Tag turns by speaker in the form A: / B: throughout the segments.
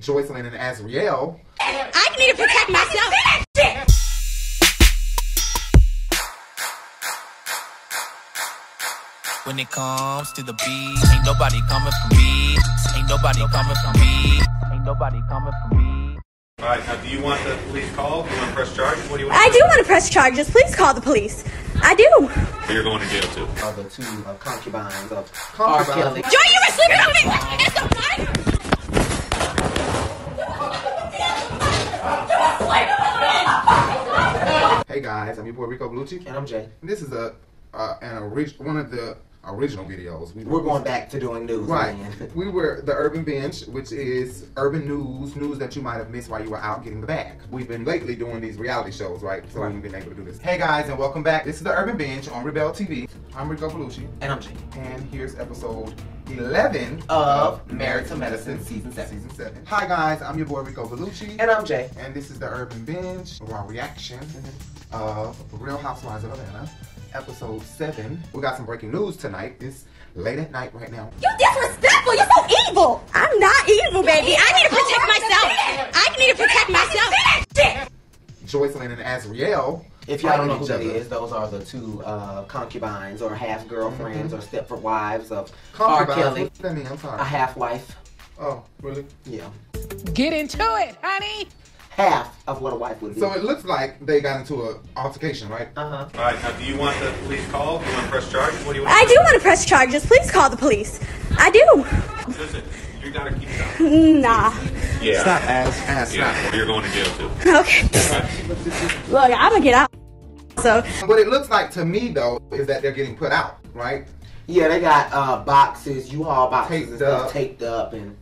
A: Joycelyn and Azriel.
B: I need to protect myself.
C: When it comes to the beat, ain't nobody coming for me. Ain't nobody coming for me. Ain't nobody coming for me.
D: All right, now do you want the police call? Do you want to press charge? What do you want?
B: I do want to press charges. Please call the police. I do.
D: to do? You're going to jail too.
A: Are the two uh, concubines of concubines.
B: Joy, you were sleeping on me. It's a fire.
A: Hey guys, I'm your boy Rico Bellucci,
E: And I'm Jay.
A: and this is a uh, an orig- one of the original videos. We
E: We're going back to doing news.
A: Right.
E: again.
A: We were the Urban Bench, which is urban news, news that you might have missed while you were out getting the bag. We've been lately doing these reality shows, right? So we've been able to do this. Hey guys, and welcome back. This is the Urban Bench on Rebel TV. I'm Rico Belushi,
E: And I'm Jay.
A: and here's episode 11
E: Of Married to Medicine, Season Seven.
A: Season 7. Hi guys, I'm your boy Rico Belushi,
E: And I'm Jay.
A: and this is the Urban Bench, or our reaction of Real Housewives of Atlanta, episode 7. We got some breaking news tonight. It's late at night right now.
B: You disrespectful. You're so evil. I'm not evil, baby. I need to protect myself. I need to protect myself.
A: Joycelyn and Azriel.
E: If y'all don't
A: fighting
E: know who
A: each
E: that
A: other.
E: is, those are the two uh, concubines or half girlfriends or stepford wives of R.
A: Mm-hmm. Concubines.
E: Kelly.
A: What's that mean? I'm sorry.
E: A half wife.
A: oh, really?
E: Yeah.
F: Get into it, honey.
E: Half of what a wife would be.
A: So it looks like they got into an altercation, right?
E: uh-huh.
D: All right, now do you want the police call? Do you want to press charge? What do you want?
B: I
D: to
B: do want to press charges. Please call the police. I do.
D: do? Listen, you gotta keep it up.
B: Nah.
D: Yeah.
A: ass, ass,
D: Yeah, you're going to jail too.
B: Okay. Look, I'm gonna get out. So
A: What it looks like to me though is that they're getting put out, right?
E: Yeah, they got uh, boxes, U-Haul boxes
A: Taped
E: and stuff
A: up.
E: taped up and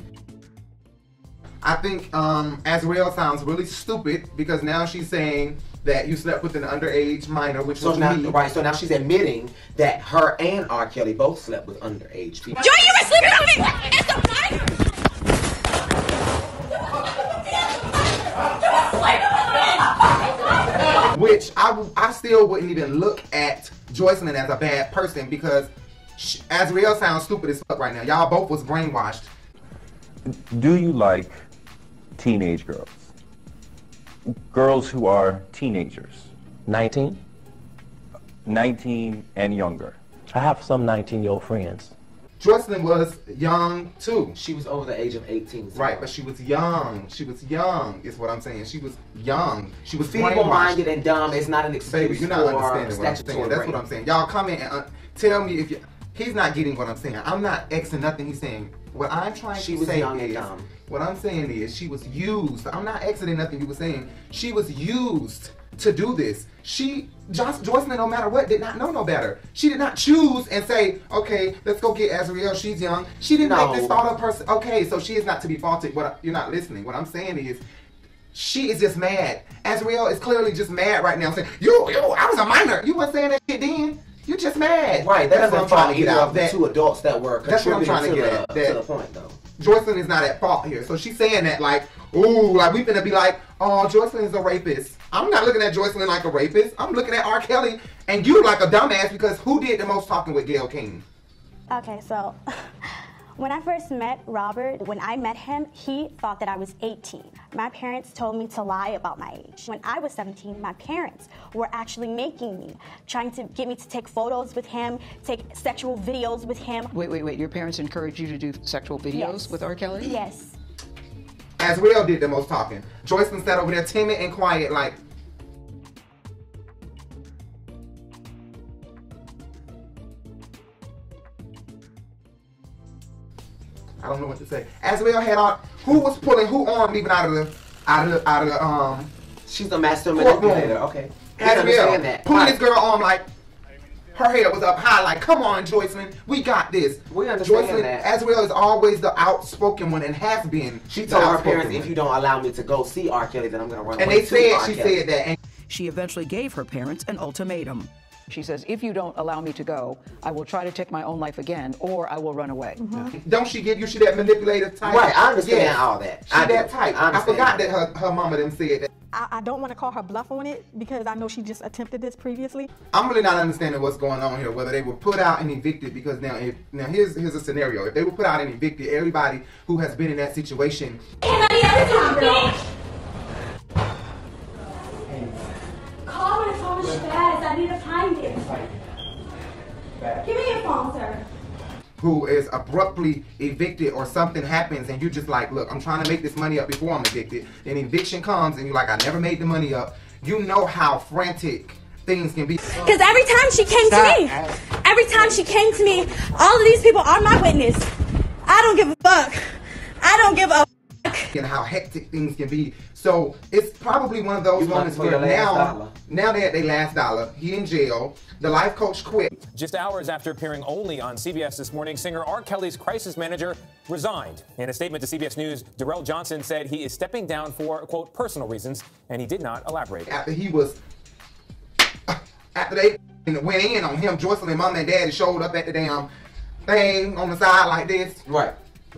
A: I think um, Azriel sounds really stupid because now she's saying that you slept with an underage minor, which
E: so
A: was
E: now
A: me.
E: right, so now she's admitting that her and R. Kelly both slept with underage people.
B: Joy, you were sleeping on me. It's a fire.
A: Which I, w- I still wouldn't even look at Joycelyn as a bad person because sh Azriel sounds stupid as fuck right now. Y'all both was brainwashed.
G: Do you like teenage girls? Girls who are teenagers,
H: 19.
G: 19 and younger.
H: I have some 19 year old friends.
A: Joycelyn was young too.
E: She was over the age of 18. so-
A: Right, but she was young. She was young, is what I'm saying. She was young. She was
E: feeble-minded
A: brainwashed.
E: and dumb is not an excuse
A: Baby, you're not
E: for
A: understanding what I'm
E: statutory
A: saying. That's what
E: rape.
A: I'm saying. Y'all comment and uh, tell me if you. He's not getting what I'm saying. I'm not Xing nothing he's saying. What I'm trying
E: She
A: to
E: was
A: say
E: young and
A: is,
E: dumb.
A: what I'm saying is, she was used. I'm not exiting nothing you were saying. She was used to do this. She, Joyce, Joycelyn, no matter what, did not know no better. She did not choose and say, okay, let's go get Azriel. She's young. She didn't make this
E: No.
A: thought of person. Okay, so she is not to be faulted. What I- you're not listening. What I'm saying is, she is just mad. Azriel is clearly just mad right now, saying, "You, you, I was a minor. You weren't saying that shit then. You're just mad."
E: Right, that
A: what
E: doesn't
A: I'm trying to get out.
E: the
A: That
E: two adults that were
A: That's what I'm
E: contributing
A: trying to get
E: to, the,
A: at,
E: to
A: that-
E: the point, though.
A: Joycelyn is not at fault here. So she's saying that like, ooh, like we finna be like, oh, Joycelyn is a rapist. I'm not looking at Joycelyn like a rapist. I'm looking at R. Kelly and you like a dumbass because who did the most talking with Gail King?
I: Okay, so when I first met Robert, when I met him, he thought that I was 18. My parents told me to lie about my age. When I was 17, my parents were actually making me, trying to get me to take photos with him, take sexual videos with him.
F: Wait, wait, wait. Your parents encourage you to do sexual videos
I: Yes.
F: with R. Kelly?
I: Yes.
A: As well did the most talking. Joycelyn sat over there timid and quiet, like, I don't know what to say. As well had on who was pulling who arm leaving out of the out of the out of the um
E: She's a master
A: Courtroom.
E: manipulator. Okay. I
A: as
E: understand
A: well
E: that.
A: pulling this
E: Right.
A: girl arm like her hair was up high like come on Joycelyn we got this.
E: We understand
A: Joycelyn
E: that.
A: as well is always the outspoken one and has been.
E: She
A: the
E: told her
A: outspoken
E: parents,
A: one.
E: if you don't allow me to go see R. Kelly, then I'm going to run
A: and
E: away
A: they
E: to
A: said
E: R.
A: she
E: Kelly.
A: said that and
J: She eventually gave her parents an ultimatum.
F: She says, if you don't allow me to go, I will try to take my own life again or I will run away.
A: Don't she give you she that manipulative type?
E: Right, I understand all that.
A: She
E: I do.
A: that type.
E: I
A: I,
E: understand
A: forgot
E: that.
A: that her, her mama them said that.
I: I, I don't want to call her bluff on it because I know she just attempted this previously.
A: I'm really not understanding what's going on here. Whether they were put out and evicted because now, if now here's here's a scenario. If they were put out and evicted, everybody who has been in that situation,
B: Call my phone, Shabazz. I need to find it. Give me your phone, sir.
A: who is abruptly evicted or something happens, and you're just like, look, I'm trying to make this money up before I'm evicted. Then eviction comes, and you're like, I never made the money up. You know how frantic things can be.
B: Because every time she came to me, every time she came to me, all of these people are my witness. I don't give a fuck. I don't give a
A: and how hectic things can be. So it's probably one of those
E: You want
A: moments
E: for your
A: where now,
E: last dollar.
A: now they at their last dollar. He in jail. The life coach quit.
K: Just hours after appearing only on CBS this morning, singer R. Kelly's crisis manager resigned. In a statement to CBS News, Darrell Johnson said he is stepping down for, quote, personal reasons, and he did not elaborate.
A: After he was, after they went in on him, Joycelyn, mom and daddy showed up at the damn thing on the side like this. Right.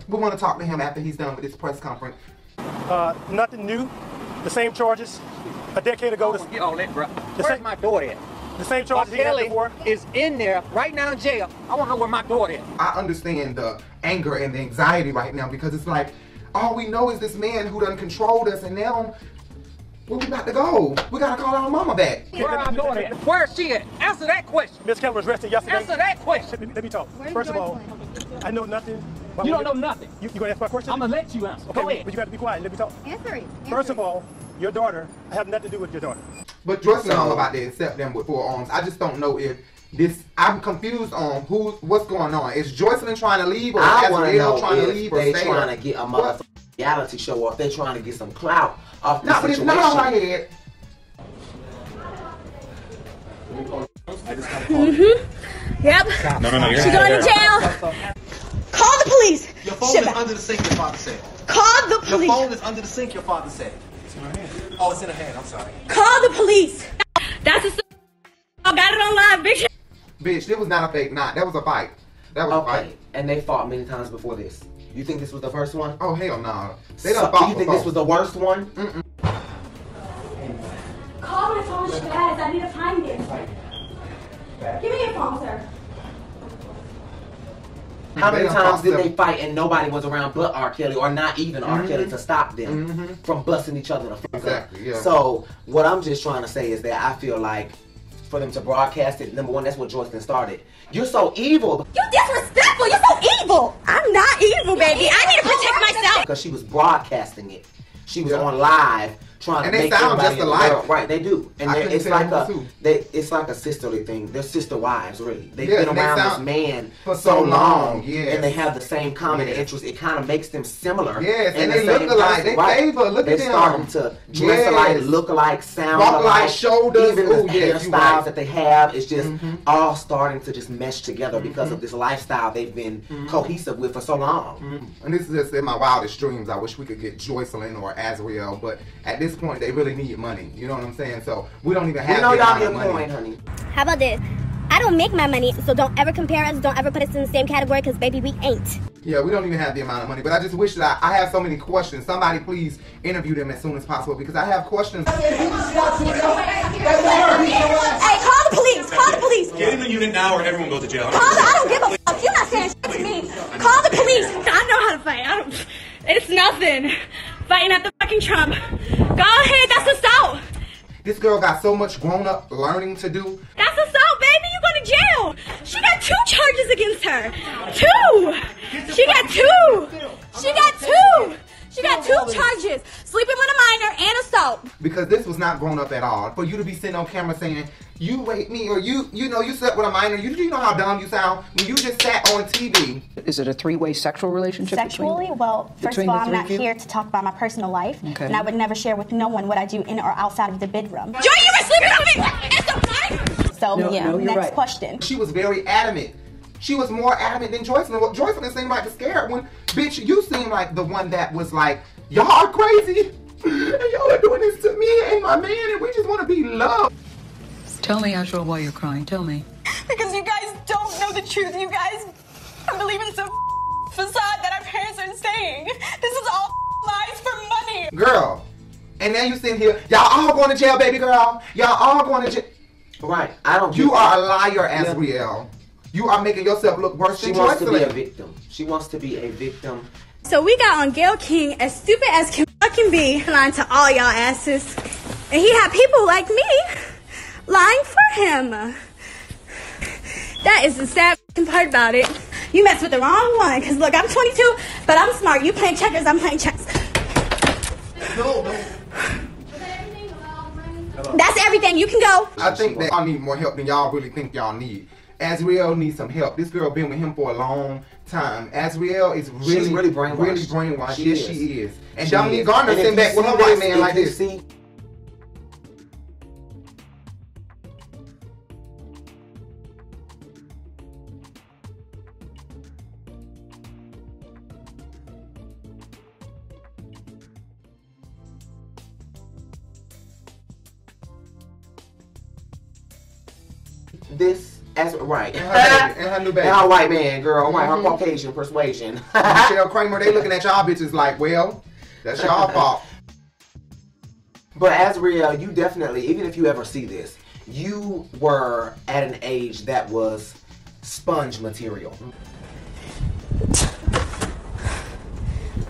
A: We want to talk to him after he's done with this press conference.
L: Uh, nothing new. The same charges. A decade ago. This, get on it, bro. Where's my daughter at? The same charges he had before. Is in there right now in jail. I want to know where my daughter is.
A: I understand the anger and the anxiety right now because it's like, all we know is this man who done controlled us, and now where we about to go? We gotta call our mama back.
L: Where's she at? Answer that question. Miss Kelly was arrested yesterday. Answer that question. Let me, let me talk. First of all, I know nothing.
M: You don't know nothing.
L: You, you gonna ask my question? I'm gonna let you answer. Okay,
M: Go ahead.
L: but you got to be quiet. Let me talk. Answer it. First of all, your daughter. I have nothing to do with your daughter.
A: But Joyce know all about that except them with four arms. I just don't know if this. I'm confused on who what's going on. Is Joycelyn trying to leave or is
E: I want to
A: Azrael
E: know
A: trying to
E: if
A: leave or
E: they
A: stay?
E: trying to get a
A: What?
E: motherfucking reality show or if they trying to get some clout off
A: No,
E: this
A: but it's
E: situation.
A: not on my head.
B: Mm-hmm. Yep.
N: No, no, no, you're
B: She
N: not
B: going to
N: there.
B: jail. Call the police.
N: Your phone is under the sink, your father said.
B: Call the
N: police. Your phone is under the sink, your father said. It's in my hand. Oh, it's in her hand, I'm sorry.
B: Call the police. That's a. s- I got it online, bitch.
A: Bitch, it was not a fake knot. That was a fight. That was
E: okay. And they fought many times before this. You think this was the first one?
A: Oh hell no. They
E: so,
A: done fought
E: You think
A: before.
E: this was the worst one?
B: Call my phone, Shabazz. I need to find it. Give me your phone, sir.
E: How
A: They
E: many
A: done
E: times
A: fought
E: did
A: them.
E: they fight and nobody was around but R. Kelly or not even R.
A: Mhm.
E: Kelly to stop them
A: Mhm.
E: from busting each other the fuck
A: Exactly,
E: up?
A: yeah.
E: So what I'm just trying to say is that I feel like for them to broadcast it, number one, that's what Joycelyn started. You're so evil
B: You disrespectful. You're so evil. I'm not evil, baby. I need to protect myself.
E: because she was broadcasting it. She was on live trying
A: And
E: to
A: they
E: make
A: sound
E: everybody
A: just
E: in the
A: alike.
E: world- Right, they do, and
A: I
E: they-
A: couldn't
E: it's
A: tell
E: like
A: them
E: a
A: who.
E: they, it's like a sisterly thing. They're sister wives, really. They've
A: Yeah,
E: been
A: they
E: around
A: sound-
E: this man
A: for
E: for
A: so
E: so
A: long,
E: long,
A: yes.
E: and they have the same common
A: Yes.
E: interest. It kind of makes them similar.
A: Yes,
E: in
A: and
E: the
A: they
E: same
A: look alike.
E: person,
A: They
E: right.
A: favor. Look
E: They're
A: at them.
E: starting to dress
A: Yes.
E: alike, look alike, sound
A: Walk alike,
E: alike,
A: shoulders.
E: Even
A: Ooh,
E: the
A: yes, you Mm-hmm.
E: hairstyles
A: right.
E: that they have is just all starting to just mesh together because
A: Mm-hmm.
E: of this lifestyle they've been cohesive with for so long.
A: And this is just in my wildest dreams. I wish we could get Joycelyn or Azrael, but at this point they really need money. You know what I'm saying? So we don't even
E: We
A: have
E: know
A: that
E: y'all
A: amount of money.
E: your point, honey.
O: How about this? I don't make my money, so don't ever compare us. Don't ever put us in the same category, because baby, we ain't.
A: Yeah, we don't even have the amount of money, but I just wish that I, I have so many questions. Somebody please interview them as soon as possible because I have questions.
B: Hey, call the police. Call the police.
D: Get in the unit now or everyone goes to jail.
B: Call the. I don't give a fuck. You're not saying shit to me. Call the police. I know how to fight. I don't. It's nothing. Fighting at the fucking Trump. Go ahead. That's assault.
A: This girl got so much grown up learning to do.
B: That's assault, baby. You going to jail? She got two charges against her. Two. She got two. She got two. She got two charges: sleeping with a minor and assault.
A: because this was not grown up at all. For you to be sitting on camera saying, you raped me, or you, you know, you slept with a minor, you, you know how dumb you sound when you just sat on TV.
F: Is it a three-way sexual relationship? between-
I: Sexually, well, first of
F: between
I: all,
F: the
I: I'm
F: three
I: not
F: of you?
I: here to talk about my personal life,
F: Okay.
I: and I would never share with no one what I do in or outside of the bedroom. Joy,
B: you were sleeping with me.
I: So yeah, next question.
A: She was very adamant. She was more adamant than Joycelyn. Well, Joycelyn seemed like the scared one. Bitch, you seem like the one that was like, y'all are crazy. And y'all are doing this to me and my man, and we just want to be loved.
P: Tell me, Ashra, why you're crying. Tell me.
Q: Because you guys don't know the truth. You guys believe in some facade that our parents are saying. This is all lies for money.
A: Girl, and now you sitting here, y'all all going to jail, baby girl. Y'all all going to jail.
E: Right. I don't.
A: You
E: get
A: are
E: it.
A: a liar, Asriel. You are making yourself look worse
E: She
A: than
E: wants to be a
A: Joycelyn.
E: victim. She wants to be a victim.
B: So we got on Gail King, as stupid as can fucking be, lying to all y'all asses. And he had people like me lying for him. That is the sad fucking part about it. You messed with the wrong one. Cause look, I'm 22, but I'm smart. You playing checkers, I'm playing chess.
A: No, no.
B: That's everything. You can go.
A: I think that I need more help than y'all really think y'all need. Asriel needs some help. This girl been with him for a long time. Asriel is really,
E: She's really brainwashed.
A: Really brainwashed.
E: She
A: yes,
E: is.
A: she is. And
E: She
A: Dominique
E: is.
A: Garner
E: And if
A: sitting
E: you
A: back with
E: see
A: her white
E: this,
A: man
E: if
A: like
E: you
A: this.
E: see- This as right.
A: And her baby, and her new baby.
E: And her white man, girl, white, her
A: Mhm.
E: Caucasian persuasion.
A: Michelle Kramer, they looking at y'all bitches like, well, that's y'all fault.
E: But as real, you definitely, even if you ever see this, you were at an age that was sponge material.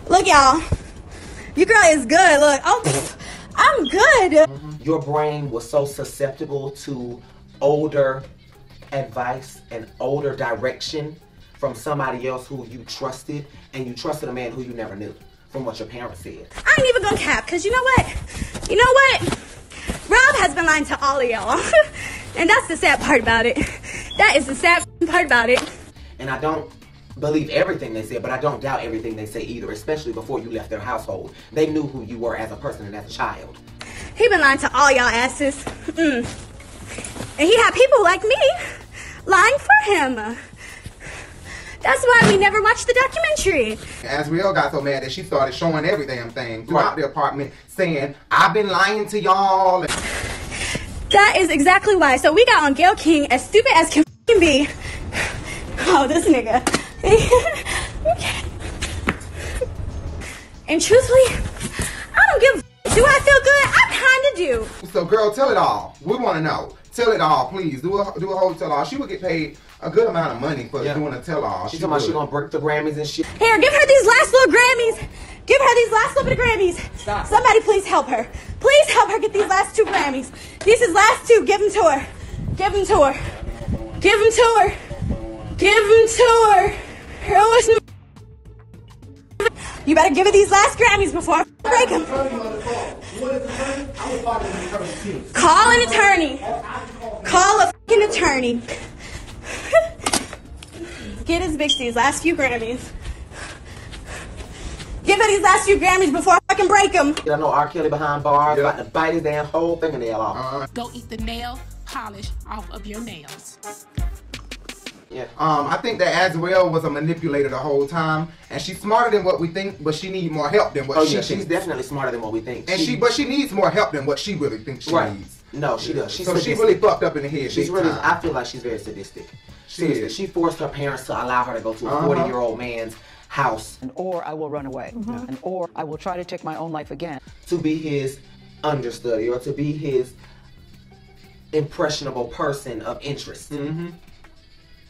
B: Look, y'all. Your girl is good. Look, oh, pff, I'm good.
E: Your brain was so susceptible to older advice and older direction from somebody else who you trusted, and you trusted a man who you never knew from what your parents said.
B: I ain't even gonna cap, cause you know what? You know what? Rob has been lying to all of y'all. and that's the sad part about it. That is the sad f***ing part about it.
E: And I don't believe everything they said, but I don't doubt everything they say either, especially before you left their household. They knew who you were as a person and as a child.
B: He been lying to all y'all asses. Mm. And he had people like me lying for him. That's why we never watched the documentary.
A: Asriel got so mad that she started showing every damn thing throughout the apartment, saying, I've been lying to y'all. And
B: That is exactly why. So we got on Gail King, as stupid as can f***ing be. Oh, this nigga. and truthfully, I don't give a f- Do I feel good? I kinda do.
A: So, girl, tell it all. We want to know. Tell it all, please. Do a do a whole tell all. She would get paid a good amount of money for doing a tell all.
E: She talking about she gonna break the Grammys and shit.
B: Here, give her these last little Grammys. Give her these last little bit of Grammys. Stop. Somebody please help her. Please help her get these last two Grammys. These is last two. Give them to her. Give them to her. Give them to her. Give them to her. Oh, it's- You better give her these last Grammys before I f- break them. Call an attorney. Call a fucking attorney. Get his bitch these last few Grammys. Give her these last few Grammys before I fucking break them.
E: I know R. Kelly behind bars about to bite his damn whole fingernail off.
A: Uh-huh.
M: Go eat the nail polish off of your nails.
A: Um, I think that Asriel was a manipulator the whole time, and she's smarter than what we think, but she needs more help than what
E: oh
A: she
E: yeah,
A: thinks.
E: she's definitely smarter than what we think.
A: and she, but she needs more help than what she really thinks she
E: right.
A: needs.
E: No, she does. She's
A: so she
E: sadistic.
A: really fucked up in the head.
E: She's
A: big
E: really.
A: time.
E: I feel like she's very sadistic.
A: She
E: Seriously,
A: is.
E: she forced her parents to allow her to go to a
F: Uh-huh.
E: forty-year-old man's house
F: And or I will run away.
P: Mm-hmm.
F: And or I will try to take my own life again.
E: to be his understudy or to be his impressionable person of interest. Mm-hmm.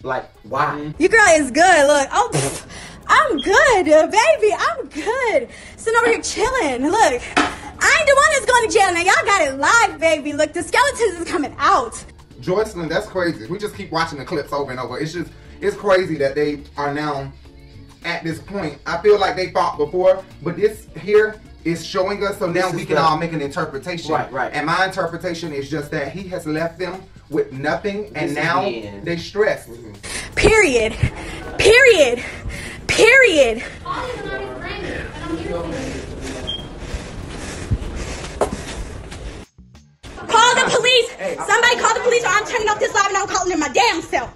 E: Like why?
A: Mm-hmm.
B: Your girl is good. Look, oh, pff, I'm good, uh, baby. I'm good. Sitting over here chilling. Look, I ain't the one that's going to jail now. Y'all got it live, baby. Look, the skeletons is coming out.
A: Joycelyn, that's crazy. We just keep watching the clips over and over. It's just, it's crazy that they are now at this point. I feel like they fought before, but this here is showing us, so now
E: This
A: we
E: is
A: can
E: the-
A: all make an interpretation.
E: Right, right.
A: And my interpretation is just that he has left them with nothing,
E: This
A: and
E: is
A: now
E: the end. Mm-hmm.
A: they stressed.
B: Period. Period. Period. Call the police. Somebody call the police or I'm turning off this live and I'm calling in my damn self.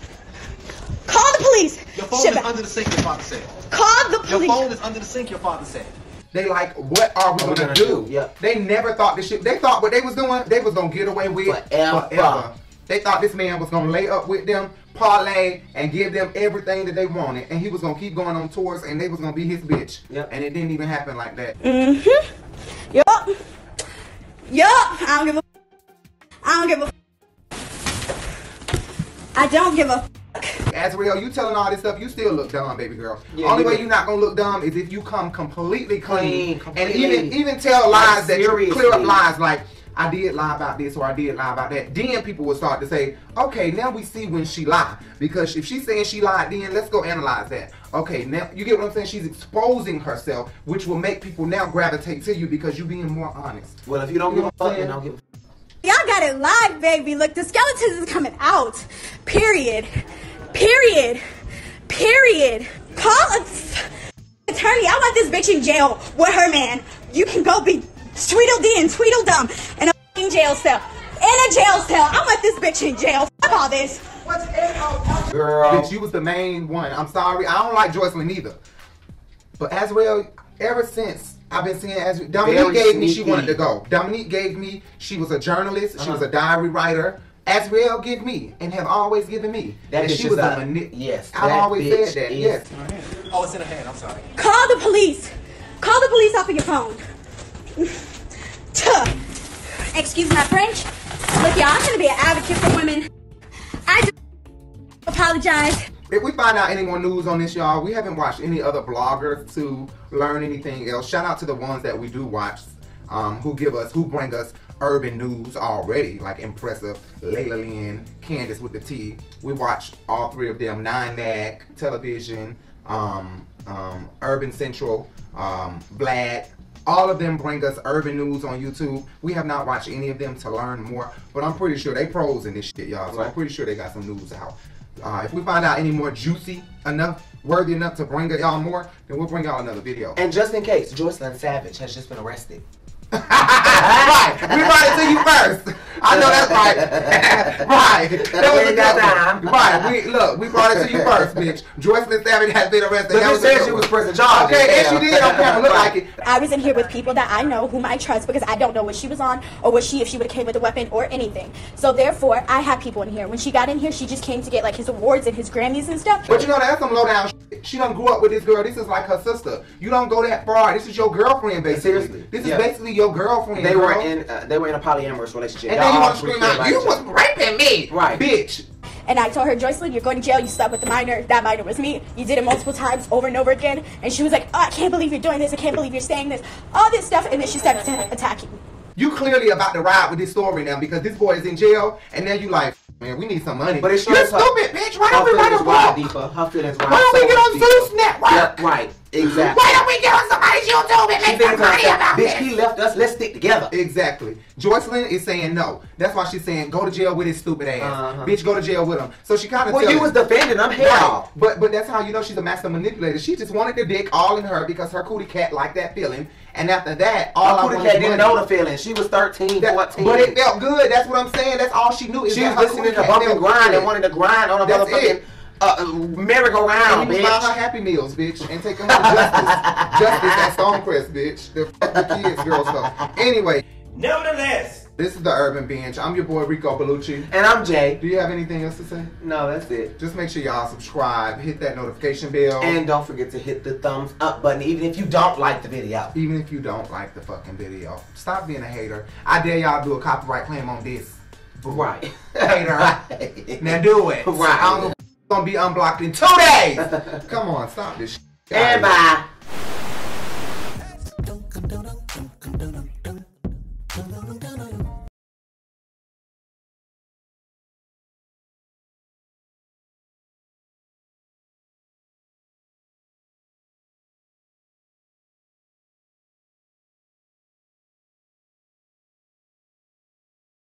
B: Call the police.
N: Your phone
B: Shit,
N: is under the sink, your father said.
B: Call the
N: Your phone is under the sink, your father said.
A: They like, what are we gonna, do? They never thought this shit. They thought what they was doing, they was gonna get away with
E: Forever.
A: They thought this man was gonna lay up with them, parlay, and give them everything that they wanted, and he was gonna keep going on tours, and they was gonna be his bitch. And it didn't even happen like that.
B: Mm-hmm. Yup. Yup, I don't give a. I don't give a. I don't give a.
A: Asriel, you telling all this stuff, you still look dumb, baby girl.
E: Yeah,
A: Only
E: you
A: way
E: do.
A: you're not gonna look dumb is if you come completely clean,
E: Clean, completely.
A: and even even tell
E: Like,
A: lies that you clear up
E: seriously.
A: lies like I did lie about this or I did lie about that. Then people will start to say, okay, now we see when she lied because if she's saying she lied, then let's go analyze that. Okay, now you get what I'm saying. She's exposing herself, which will make people now gravitate to you because you're being more honest.
E: Well, if you don't give a fuck, then don't give a
B: Y'all got it live, baby. Look, the skeletons is coming out. Period. Period. Period. Call a f- attorney. I want this bitch in jail with her man. You can go be Tweedledee and Tweedledum in a f***ing jail cell. In a jail cell. I want this bitch in jail. Fuck all this. What's
A: Girl. Bitch, you was the main one. I'm sorry. I don't like Joycelyn either. But as well, ever since I've been seeing as Dominique
E: Very
A: gave me, she
E: sneaky.
A: wanted to go. Dominique gave me, she was a journalist, she was
E: Uh-huh.
A: a diary writer. As well, give me and have always given me.
E: That
A: and
E: bitch
A: she
E: is
A: was
E: a-
A: a mani-
E: yes,
A: I've
E: that
A: always
E: bitch
A: said that.
E: is-
A: Yes.
N: Oh, it's in her hand. I'm sorry.
B: Call the police. Call the police off of your phone. Tuh. Excuse my French. Look, y'all, I'm gonna be an advocate for women. I do apologize.
A: If we find out any more news on this, y'all, we haven't watched any other bloggers to learn anything else. Shout out to the ones that we do watch, um, who give us, who bring us urban news already, like impressive Layla Lynn, Candace with the T. We watch all three of them: Nine Mag Television, um, um, Urban Central, um, Vlad. All of them bring us urban news on YouTube. We have not watched any of them to learn more, but I'm pretty sure they pros in this shit, y'all. So I'm pretty sure they got some news out. Uh, if we find out any more juicy enough, worthy enough to bring y'all more, then we'll bring y'all another video.
E: And just in case, Joycelyn Savage has just been arrested.
A: right, we brought it to you first. I know that's right. right, that was
E: We
A: a
E: ain't got
A: good one. Right, we look, we brought it to you first, bitch. Joycelyn Savage has been arrested.
E: The
A: That
E: bitch
A: was a
E: said
A: good
E: she
A: one.
E: was pressing charges.
A: Okay, and she
E: Yeah.
A: did on camera. Look like it.
B: I was in here with people that I know whom I trust because I don't know what she was on or what she if she would have came with a weapon or anything. So therefore, I had people in here. When she got in here, she just came to get like his awards and his Grammys and stuff.
A: But you know that's some low down. Shit. She done grew up with this girl. This is like her sister. You don't go that far. This is your girlfriend, basically.
E: Seriously.
A: This
E: Yeah.
A: is basically your girlfriend.
E: They were
A: girl.
E: in uh, they were in a polyamorous relationship.
A: And then you
E: Y'all
A: want to scream
E: treat
A: out,
E: like
A: "You
E: that."
A: was raping me,
E: Right.
A: bitch!"
B: And I told her, Joycelyn, you're going to jail. You slept with the minor. That minor was me. You did it multiple times over and over again. And she was like, oh, I can't believe you're doing this. I can't believe you're saying this. All this stuff. And then she started atta- attacking me.
A: you clearly about to ride with this story now because this boy is in jail, and now you like, man, we need some money.
E: But it shows
A: You're
E: her-
A: stupid, bitch. Why
E: her
A: don't we write
E: feelings
A: a
E: wide,
A: book?
E: Deepa. Her feelings wide.
A: Why don't we
E: so
A: get on
E: deeper.
A: Zeus Network?
E: Yeah, right. Exactly.
A: Why don't we get on somebody's YouTube and
E: She
A: make
E: thinks
A: some money
E: herself,
A: about
E: "Bitch,
A: this?
E: he left us. Let's stick together.
A: Exactly. Joycelyn is saying no. That's why she's saying go to jail with his stupid ass.
E: Uh-huh.
A: Bitch, go to jail with him. So she kind of.
E: Well, you was defending him,
A: Right.
E: hell.
A: But but that's how you know she's a master manipulator. She just wanted the dick all in her because her cootie cat liked that feeling, and after that, all
E: Our
A: I
E: cootie
A: wanted
E: cat didn't
A: money.
E: know the feeling. She was 13,
A: That-
E: 14.
A: But it felt good. That's what I'm saying. That's all she knew. Is
E: she
A: that
E: was
A: her
E: listening
A: cootie
E: to
A: cat
E: Bump and
A: felt
E: Grind
A: good.
E: and wanted to grind on a
A: That's
E: motherfucking
A: it.
E: uh, merry-go-round,
A: And you buy her
E: bitch.
A: Happy Meals, bitch, and take them home to justice. justice at Stonecrest, bitch. The, fuck the kids, girl stuff. Anyway,
E: Nevertheless.
A: this is the Urban Bench. I'm your boy Rico Bellucci.
E: And I'm Jay.
A: Do you have anything else to say?
E: No, that's it.
A: Just make sure y'all subscribe, hit that notification bell,
E: And don't forget to hit the thumbs up button, even if you don't like the video.
A: even if you don't like the fucking video, stop being a hater. I dare y'all do a copyright claim on this.
E: Right.
A: Hater. now do it.
E: Right.
A: I'm gonna- gonna be unblocked in two days. Come on, stop this. shit.
E: And bye.